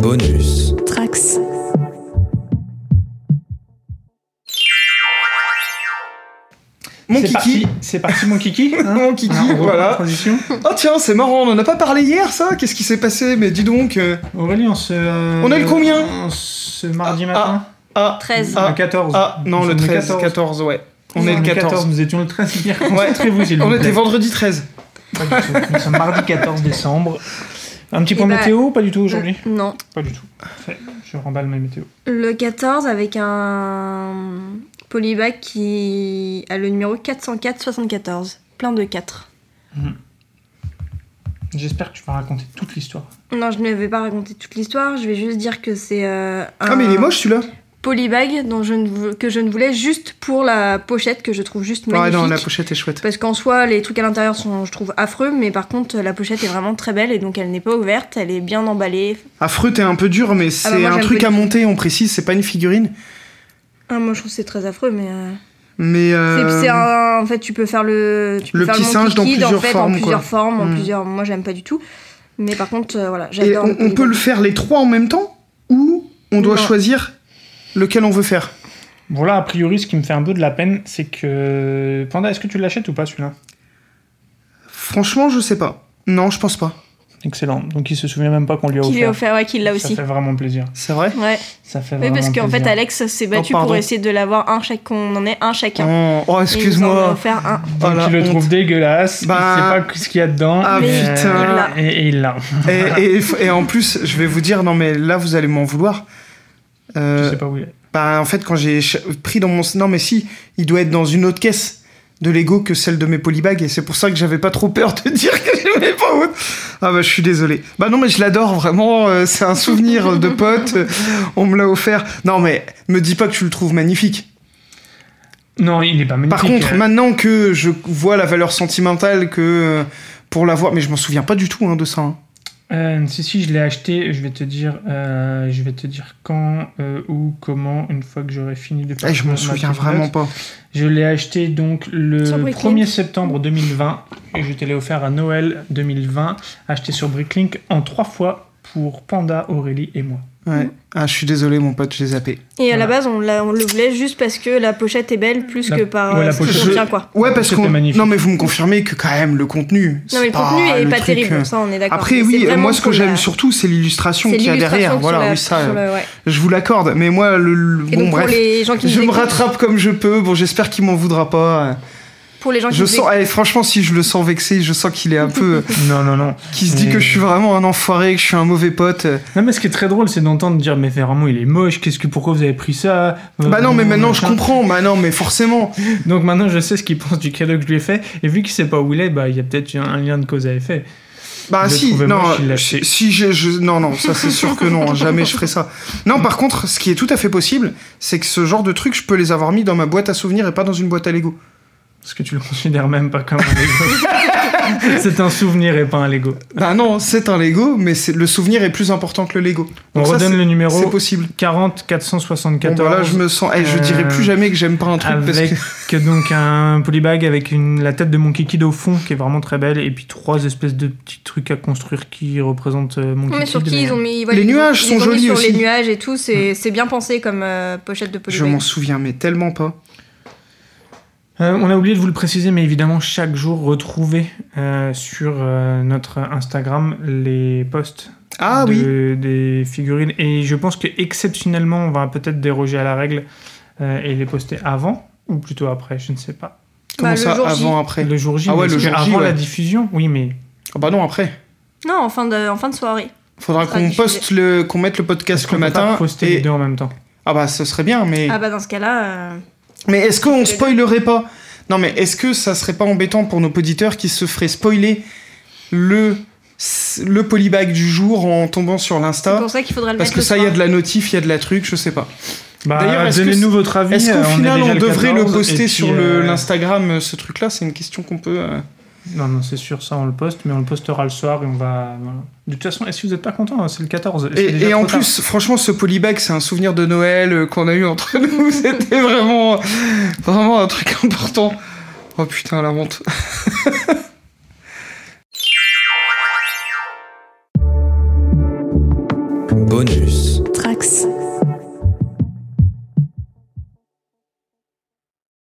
Bonus. Trax. Mon C'est kiki. parti, c'est parti mon kiki. hein Mon kiki, Hein, on reprend la voilà. Transition. Oh tiens, c'est marrant, on en a pas parlé hier, ça Qu'est-ce qui s'est passé Mais dis donc. euh, Aurélie, on se. euh, On est le combien on se mardi Ah, matin. Ah, 13. Ah, le 14. ah, non, Nous le sommes 13, 14, ouais. On Nous est le sommes 14. Nous étions le 13 hier. Ouais. Concentrez-vous, s'il vous On plaît. était vendredi 13. Pas du tout. Nous sommes mardi 14 décembre. Un petit Eh point ben, météo, pas du tout aujourd'hui Non. Pas du tout. Fait, Je remballe mes météos. Le 14 avec un polybag qui a le numéro 404-74. Plein de 4. J'espère que tu vas raconter toute l'histoire. Non, je ne vais pas raconter toute l'histoire, je vais juste dire que c'est euh, un Ah, mais il est moche celui-là polybag dont je ne vou- que je ne voulais juste pour la pochette que je trouve juste Ouais, magnifique. non, la pochette est chouette. Parce qu'en soi, les trucs à l'intérieur sont, je trouve, affreux, mais par contre, la pochette est vraiment très belle et donc elle n'est pas ouverte, elle est bien emballée. Affreux, t'es Ah, un peu dur, mais Ah bah, c'est moi, un j'aime truc pas à du tout. monter, on précise, c'est pas une figurine. Ah, moi, je trouve que c'est très affreux, mais. euh, Mais. C'est- euh, c'est un- en fait, tu peux faire le, tu peux Le faire petit mon singe dans kiki, plusieurs en fait, formes, en plusieurs quoi. formes, en Mm. plusieurs. Moi, j'aime pas du tout. Mais par contre, euh, voilà, Et j'adore. on, on peut le faire les trois en même temps ou on doit Non. choisir lequel on veut faire Voilà, a priori, ce qui me fait un peu de la peine, c'est que. Panda, est-ce que tu l'achètes ou pas celui-là Franchement, je sais pas. Non, je pense pas. Excellent. Donc il se souvient même pas qu'on lui a Qu'il lui offert. a offert, ouais, qu'il l'a Ça aussi. fait vraiment plaisir. C'est vrai Ouais. Ça fait Oui, vraiment parce qu'en fait, plaisir. Alex s'est battu Oh, pardon. pour essayer de l'avoir un chaque, qu'on en ait un chacun. Oh, Et il oh, nous en a excuse-moi. offert un. Oh, Donc la il le honte. trouve dégueulasse, Bah, il sait pas ce qu'il y a dedans. ah, mais- euh, putain. Et, et il l'a. Et, et- et en plus, je vais vous dire, non mais là, vous allez m'en vouloir. Euh, Je sais pas où il est. bah, en fait, quand j'ai ch- pris dans mon... Non mais si, il doit être dans une autre caisse de Lego que celle de mes polybags et c'est pour ça que j'avais pas trop peur de dire que je l'avais pas haute. Ah bah je suis désolé. Bah non mais je l'adore vraiment, euh, c'est un souvenir de pote, euh, on me l'a offert. Non mais me dis pas que tu le trouves magnifique. Non, il est pas magnifique. Par contre, Euh, maintenant que je vois la valeur sentimentale que euh, pour l'avoir, mais je m'en souviens pas du tout hein, de ça. hein. euh, si si, je l'ai acheté. Je vais te dire, euh, je vais te dire quand, euh, où, comment. Une fois que j'aurai fini de faire. Eh, je m'en ma souviens petite vraiment note. pas. Je l'ai acheté donc le Sur Bricklink. 1er septembre 2020 et je te l'ai offert à Noël 2020, acheté sur Bricklink en trois fois pour Panda, Aurélie et moi. Ouais. Ah, je suis désolé, mon pote, j'ai zappé. Et à la Voilà. base, on, l'a- on le voulait juste parce que la pochette est belle, plus La- que par ouais, la euh, ce pochette- qu'on tient, quoi. Ouais, Ah, parce c'était que magnifique. non, mais vous me confirmez que quand même le contenu. Non, mais le pas contenu est le pas truc, euh, terrible, ça, on est d'accord. Après, Mais c'est oui, euh, vraiment moi ce que pour j'aime la- surtout, c'est l'illustration c'est qu'il y a l'illustration derrière. sur Voilà, la- oui, ça, euh, sur le- ouais. je vous l'accorde. Mais moi, le, le- Et bon, donc, bref, pour les gens qui je nous me écoutent- rattrape comme je peux. Bon, j'espère qu'il m'en voudra pas. Pour les gens qui Je nous sens, eh, franchement, si je le sens vexé, je sens qu'il est un peu. Non, non, non. qui se dit Mais- que je suis vraiment un enfoiré, que je suis un mauvais pote. Non, mais ce qui est très drôle, c'est d'entendre dire Mais vraiment, il est moche, qu'est-ce que pourquoi vous avez pris ça Euh, Bah non, mais maintenant je machin. comprends. Bah non, mais forcément. Donc maintenant, je sais ce qu'il pense du cadeau que je lui ai fait. Et vu qu'il sait pas où il est, bah il y a peut-être eu un lien de cause à effet. Bah Je si, trouvais non, moche, il l'a si fait. si je, je- non, non, ça c'est sûr que non, hein, jamais je ferai ça. Non, par contre, ce qui est tout à fait possible, c'est que ce genre de truc, je peux les avoir mis dans ma boîte à souvenirs et pas dans une boîte à Lego. Parce que tu le considères même pas comme un Lego. c'est un souvenir et pas un Lego. Bah non, c'est un Lego, mais c'est- le souvenir est plus important que le Lego. On Donc ça, redonne c'est- le numéro C'est possible. 40 474. Bon, bah là, je me sens. eh, je dirais plus euh, jamais que j'aime pas un truc parce Avec que. donc un polybag avec une, la tête de mon kiki au fond qui est vraiment très belle et puis trois espèces de petits trucs à construire qui représentent euh, mon Non, kiki. mais sur qui ils ont mis ils Les ont- nuages ils sont ont mis jolis sur aussi. les nuages et tout, c'est c'est bien pensé comme euh, pochette de Je polybag. m'en souviens, mais tellement pas. Euh, on a oublié de vous le préciser, mais évidemment, chaque jour, retrouvez euh, sur euh, notre Instagram les posts Ah de- Bah, oui. des figurines. Et je pense que exceptionnellement, on va peut-être déroger à la règle euh, et les poster avant ou plutôt après, je ne sais pas. Comment Bah, le ça, jour J. avant, après Le jour J, Ah ouais, parce le que jour J, avant la ouais. diffusion, oui, mais Ah bah non, après. Non, en fin de, en fin de soirée. Faudra Ce sera qu'on diffusé. poste le, qu'on mette le est-ce podcast qu'on le peut pas matin. poster les Et... deux en même temps Ah bah ce serait bien, mais. Ah bah dans ce cas-là, euh, Mais est-ce qu'on spoilerait pas Non, mais est-ce que ça serait pas embêtant pour nos auditeurs qui se feraient spoiler le, le polybag du jour en tombant sur c'est l'Insta pour ça qu'il faudrait le Parce mettre que le ça, il y a soir. de la notif, il y a de la truc, je sais pas. Bah, D'ailleurs, est-ce que donnez-nous votre avis. Est-ce euh, qu'au est final, déjà on le devrait 14, le et poster puis, sur euh, le- l'Instagram, euh, ce truc-là C'est une question qu'on peut. euh, Non, non, c'est sûr, ça on le poste, mais on le postera le soir et on va. voilà. De toute façon, si vous n'êtes pas content, hein, c'est le 14. c'est déjà Et, et en trop tard. plus, franchement, ce polybag, c'est un souvenir de Noël euh, qu'on a eu entre nous. C'était vraiment, vraiment un truc important. Oh putain, la honte. Bonus. Trax.